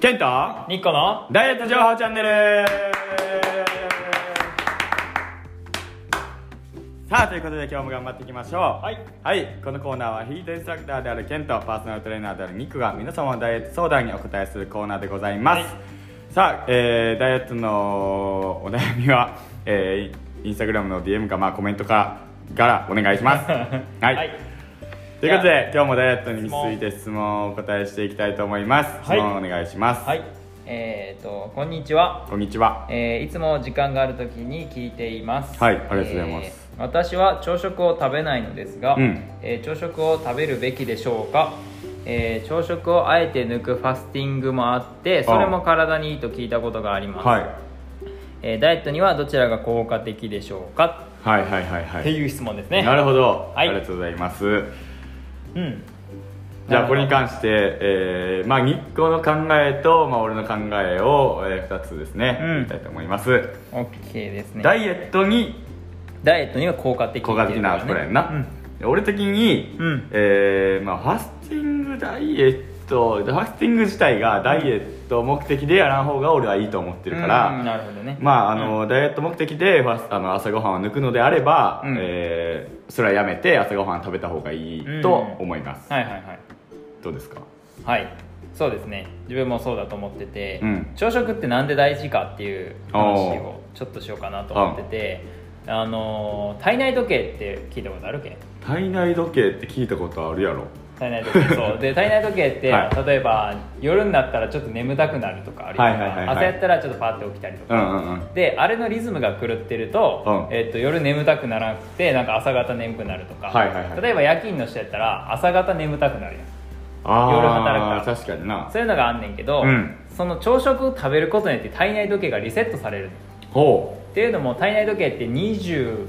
ケントニッコの、ダイエット情報チャンネルさあということで今日も頑張っていきましょうはいこのコーナーはヒートインストラクターであるケントパーソナルトレーナーであるニックが皆様のダイエット相談にお答えするコーナーでございます、はさあ、えーダイエットのお悩みは、 えーインスタグラムの DM か、まあ、コメントかからお願いし ますはい、はい、ということで今日もダイエットについて質問をお答えしていきたいと思います、はい質問お願いします、はいえっ、とこんにちは、こんにちはえーいつも時間があるときに聞いていますはいありがとうございますえー私は朝食を食べないのですが、うんえー朝食を食べるべきでしょうか、えー朝食をあえて抜くファスティングもあってそれも体にいいと聞いたことがあります、はいえーダイエットにはどちらが効果的でしょうか、はいはいはいはっていいう質問ですねなるほど、はいありがとうございますうんじゃあこれになる関して、えーまあ日光の考えと、まあ、俺の考えを、え2つですね、うんいきたいと思います、ほど OK ですねダイエットにダイエットには効果的ってい効うこ果とだ的ねなこれやんな、で俺的に、うんえーまあ、ファスティングダイエットファスティング自体がダイエット目的でやらん方が俺はいいと思ってるから、うんなるほどねまああのダイエット目的でファスあの朝ごはんを抜くのであれば、うんえーそれはやめて朝ごはん食べた方がいいと思います、はいはいはいどうですかはいそうですね自分もそうだと思ってて、うん朝食ってなんで大事かっていう話をちょっとしようかなと思っててあのー体内時計って聞いたことあるけ体内時計って聞いたことあるやろ体内時 計そうで体内時計って、はい例えば夜になったらちょっと眠たくなるとかあるやんかはいはいはいはい朝やったらちょっとパッて起きたりとうか、んうんうんであれのリズムが狂ってると,、うんえっと夜眠たくならなくてなんか朝方眠くなるとか、はいはいはい例えば夜勤の人やったら朝方眠たくなるやんあ夜働くかーら確かになそういうのがあんねんけど、うんその朝食を食べることによって体内時計がリセットされるほっていうのも体内時計って25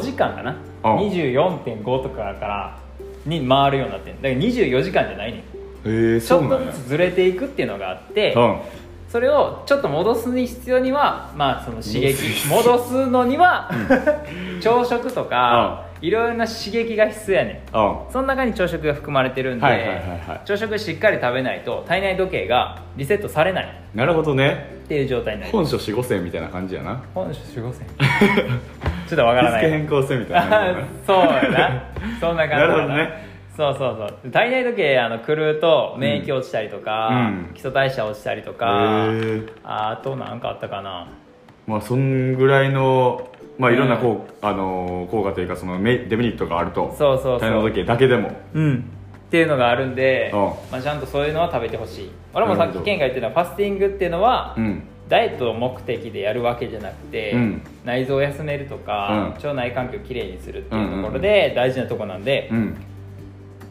時間かな、うん24.5とかからに回るようになってるだから24時間じゃないねんうへえー、ちそょうっなとんやずつずれていくっていうのがあって、うんそれをちょっと戻すに必要にはまあその刺激戻すのには、朝食とか、いろいろな刺激が必要やねんうんその中に朝食が含まれてるんで、はいはいはいは朝食しっかり食べないと体内時計がリセットされないいなるほどねっていう状態になる本書四五線みたいな感じやな本書守護線 ちょっとわ日からな付い変更線みたいな感じや あそうやなそんな感じななるほどだねそうそうそう体内時計あの狂うと免疫落ちたりとか、うん基礎代謝落ちたりとか、へえあとなんかあったかなまあそんぐらいのまあいろんなうこう、あのー効果というかそのメデメリットがあるとそうそうそう体の時計だけでもうんっていうのがあるんで、うんまあ、ちゃんとそういうのは食べてほしい俺もなさるっほきどケンが言ってたファスティングっていうのは、うんダイエットを目的でやるわけじゃなくて、うん内臓を休めるとか、うん腸内環境をきれいにするっていうところで大事なとこなんで、うん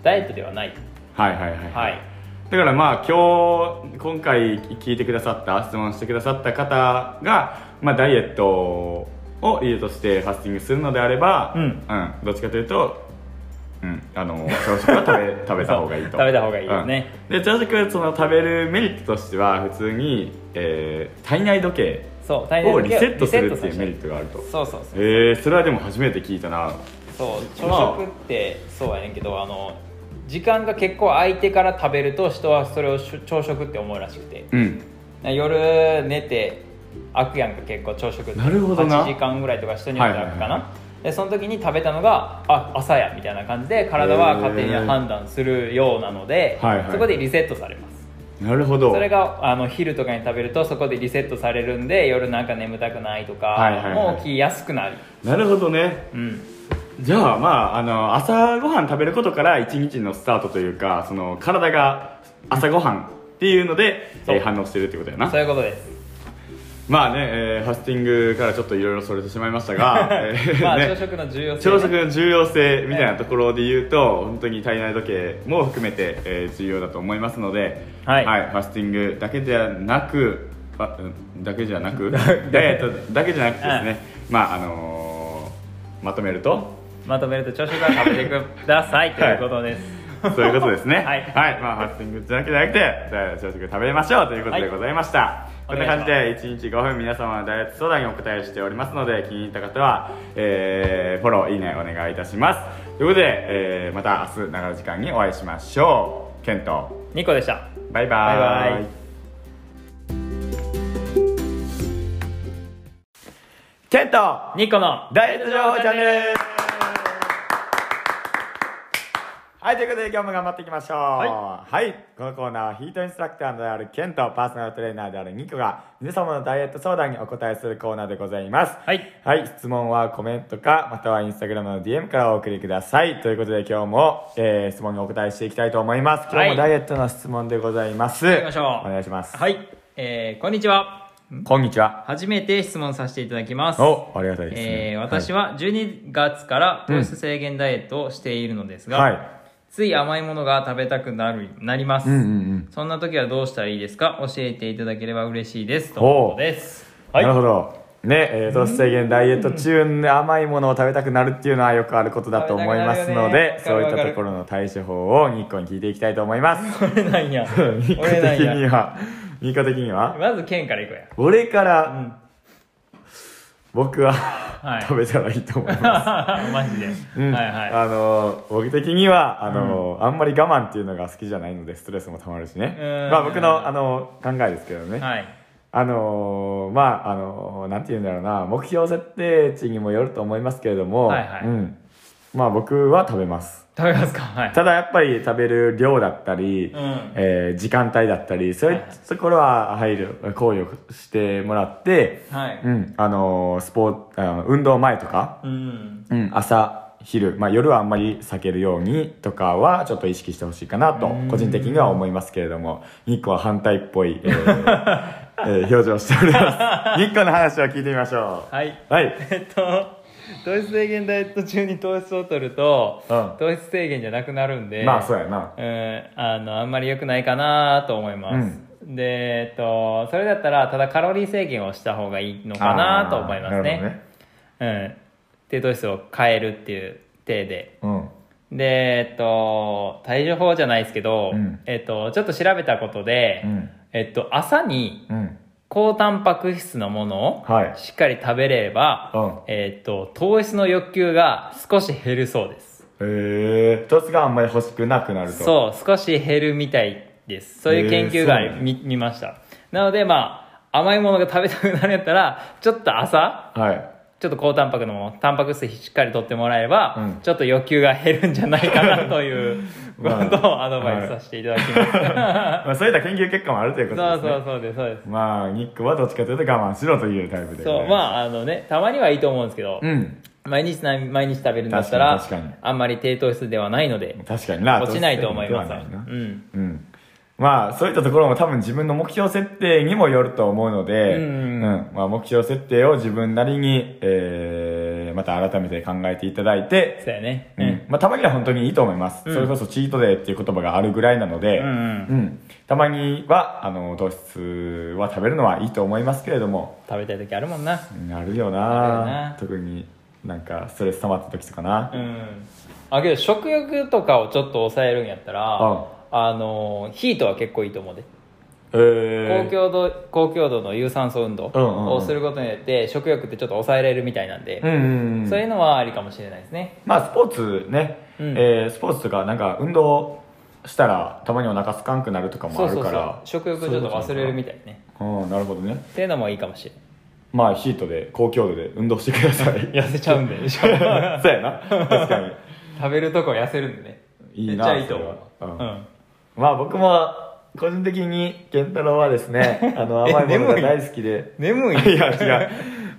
ダイエットではないはいはいはい、はいだからまあ今日今回聞いてくださった質問してくださった方が、まあ、ダイエットを理由としてファスティングするのであれば、うんどっちかというと、うん、あの朝食は食 べ食べた方がいいとそう食べた方がいいですね、うんで朝食その食べるメリットとしては普通に、えー体内時計そう体をリ内時計セットするリっセていッうトメリットがあるとそうそうそうえー、それはでも初めて聞いたなそう朝食ってそうやねんけどあの時間が結構空いてから食べると人はそれをし朝食って思うらしくてうん夜寝て開くやんか結構朝食ってなるほどな8時間ぐらいとか人によって開くかな、はいはいはでその時に食べたのがあ朝やみたいな感じで体は勝手に判断するようなのへで、ーはいはいそこでリセットされますなるほどそれがあの昼とかに食べるとそこでリセットされるんで夜なんか眠たくないとか、はいはいはいもう起きやすくなるなるほどねうんじゃあまああの朝ごはん食べることから一日のスタートというかその体が朝ごはんっていうので、そうえー反応してるってことやなそういうこと ですまあね、えーファスティングからちょっといろいろそれてしまいましたが、えー まあ、ね朝食の重要性ね、朝食の重要性みたいなところで言うと、本当に体内時計も含めて、えー重要だと思いますので、はいファスティングだけじゃなくファうんだけじゃな くダイエットだけじゃなくてですね、まああのーまとめるとまとめると朝食は食べてくださいということです、そういうことですねはいまあ、ファスティングだけじゃなくてダイエット朝食食べましょうということはでいございました、おこん願ないしま感すじで1日5分皆様のダイエット相談にお答えしておりますので気に入った方は、えーフォローいいねお願いいたしますということで、えーまた明日長い時間にお会いしましょうケントニコでしたバイバイバイバイケントニコのダイエット情報チャンネルはい、ということで今日も頑張っていきましょう。ははい。このコーナーはヒートインストラクターであるケンとパーソナルトレーナーであるニコが皆様のダイエット相談にお答えするコーナーでございます。はい。はい、質問はコメントか、またはインスタグラムの DM からお送りください。ということで今日も、えー質問にお答えしていきたいと思います。今日はもいダイエットの質問でございます。きましょうお願いします。はい、えー、こんにちはこんにちは。初めて質問させていただきますお、ありがたいです、ね。えー私はは12月から糖質制限ダイエットをしているのですい、が、はい。つい甘いものが食べたくなるなります、うんうんうん。そんな時はどうしたらいいですか教えていただければ嬉しいですとおいうことですはいなるほど。ね、えー、糖質制限ダイエット中に甘いものを食べたくなるっていうのはよくあることだと思いますので、食べたくなるよねそういっわかたるところの対処法をニッコに聞いていきたいと思い ます。俺なん やニッコ俺的なん にやは、ニッコ的には、まず剣からいこうや俺から、うん僕は、はい食べたらいいと思い ます。マジで、うんはいはいあの僕的にはあの、あんまり我慢っていうのが好きじゃないのでストレスもたまるしねうんまあ僕のあの考えですけどね、はいあのまああのなんて言うんだろうな目標設定値にもよると思いますけれども、はいはいうん、まあ僕は食べます食べますかはいただやっぱり食べる量だったり、うんえー時間帯だったりそういはういはいところは配慮考慮してもらって、はいうん、あのスポーツあの運動前とかうんうん、朝昼、まあ、夜はあんまり避けるようにとかはちょっと意識してほしいかなとうん個人的には思いますけれども日光は反対っぽい、えー えー表情をしており ます日光の話を聞いてみましょはいうはいえっと糖質制限ダイエット中に糖質を取ると、うん糖質制限じゃなくなるんでまあそうやなうんあのあんまり良くないかなと思います、でえっとそれだったらただカロリー制限をした方がいいのかなと思いますあーなるねうん低糖質を変えるっていう体でほどねでえっと対処法じゃないですけど、うんえっとちょっと調べたことで、うんえっと朝にうんうん高タンパク質のものをはいしっかり食べれば、うんえっと糖質の欲求が少し減るそうですへえー、一つがあんまり欲しくなくなるとそう少し減るみたいですそういう研究がありへーそうなんや見見ましたなのでまあ甘いものが食べたくなるんやったらちょっと朝はいちょっと高タンパクのものタンパク質しっかりとってもらえば、うんちょっと欲求が減るんじゃないかなというこ まあとをアドバイスさせていただきます、まあ、そういった研究結果もあるということでそうすねそうそうですそうです、まあ日光はどっちかというと我慢しろというタイプでそうまあああのねたまにはいいと思うんですけど、うん毎日な毎日食べるんだったら確かに確かあんまり低糖質ではないので確かにな落ちないと思いますどうしてもではないなうんうん、まあそういったところも多分自分の目標設定にもよると思うので、うんうんまあ、目標設定を自分なりに、えーまた改めて考えていただいて、そうやねうんまあ、たまには本当にいいと思います、うんそれこそチートデーっていう言葉があるぐらいなので、うんうんうんたまにはあの糖質は食べるのはいいと思いますけれども食べたい時あるもんなうんあるよあるよなな特になんかストレス溜まった時とかな、うんあけど食欲とかをちょっと抑えるんやったら、うんあのヒートは結構いいと思うで、えー高強度高強度の有酸素運動うんうんうんをすることによって食欲ってちょっと抑えれるみたいなんで、うんうんうんそういうのはありかもしれないですねまあスポーツね、うんえースポーツとかなんか運動したらたまにお腹すかんくなるとかもそあうそるうかそうら食欲ちょっと忘れるみたいねうんなるほどねっていうのもいいかもしれないまあヒートで高強度で運動してください 痩せちゃうん でしょそうやな確かに食べるとこ痩せるんでねいいなめっちゃいいと思うそれはううんんまあ僕も個人的に健太郎はです ねあのえ甘いものが眠い大好きで眠いいや違う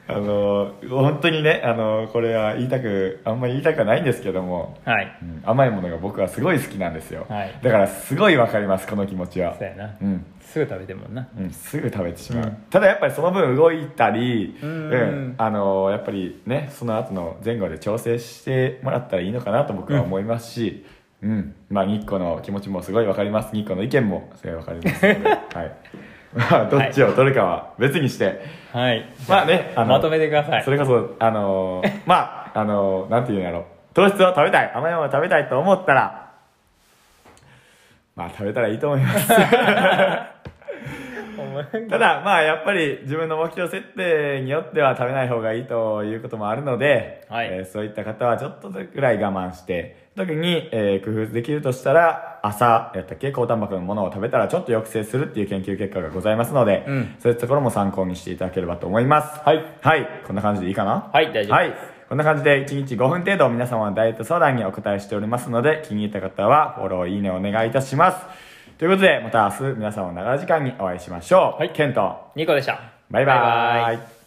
あの本当にねあのこれは言いたくあんまり言いたくはないんですけども、はいうん甘いものが僕はすごい好きなんですよ、はいだからすごいわかりますこの気持ちはそうやなうん、すぐ食べてるもんなうん、すぐ食べてしまう、うんただやっぱりその分動いたり、ううんんあのーやっぱりねその後の前後で調整してもらったらいいのかなと僕は思いますし、うんまあ日光の気持ちもすごいわかります日光の意見もすごいわかります ので、はい まあ、どっちを取るかは別にして、はいまあねあのまとめてくださいそれこそあ のーまああのーなんていうんやろ糖質を食べたい甘いものを食べたいと思ったらまあ食べたらいいと思いますお前ただ、まあ、やっぱり自分の目標設定によっては食べない方がいいということもあるので、はいえーそういった方はちょっとぐらい我慢して、特に、えー工夫できるとしたら、朝、やったっけ、高タンパクのものを食べたらちょっと抑制するっていう研究結果がございますので、うんそういったところも参考にしていただければと思います。はい。はい。こんな感じでいいかなはい大丈夫ですはい。こんな感じで1日5分程度皆様のダイエット相談にお答えしておりますので、気に入った方はフォロー、いいねお願いいたします。ということで、また明日皆様の長い時間にお会いしましょう。はいケント、ニコでしたバイババイバーイイ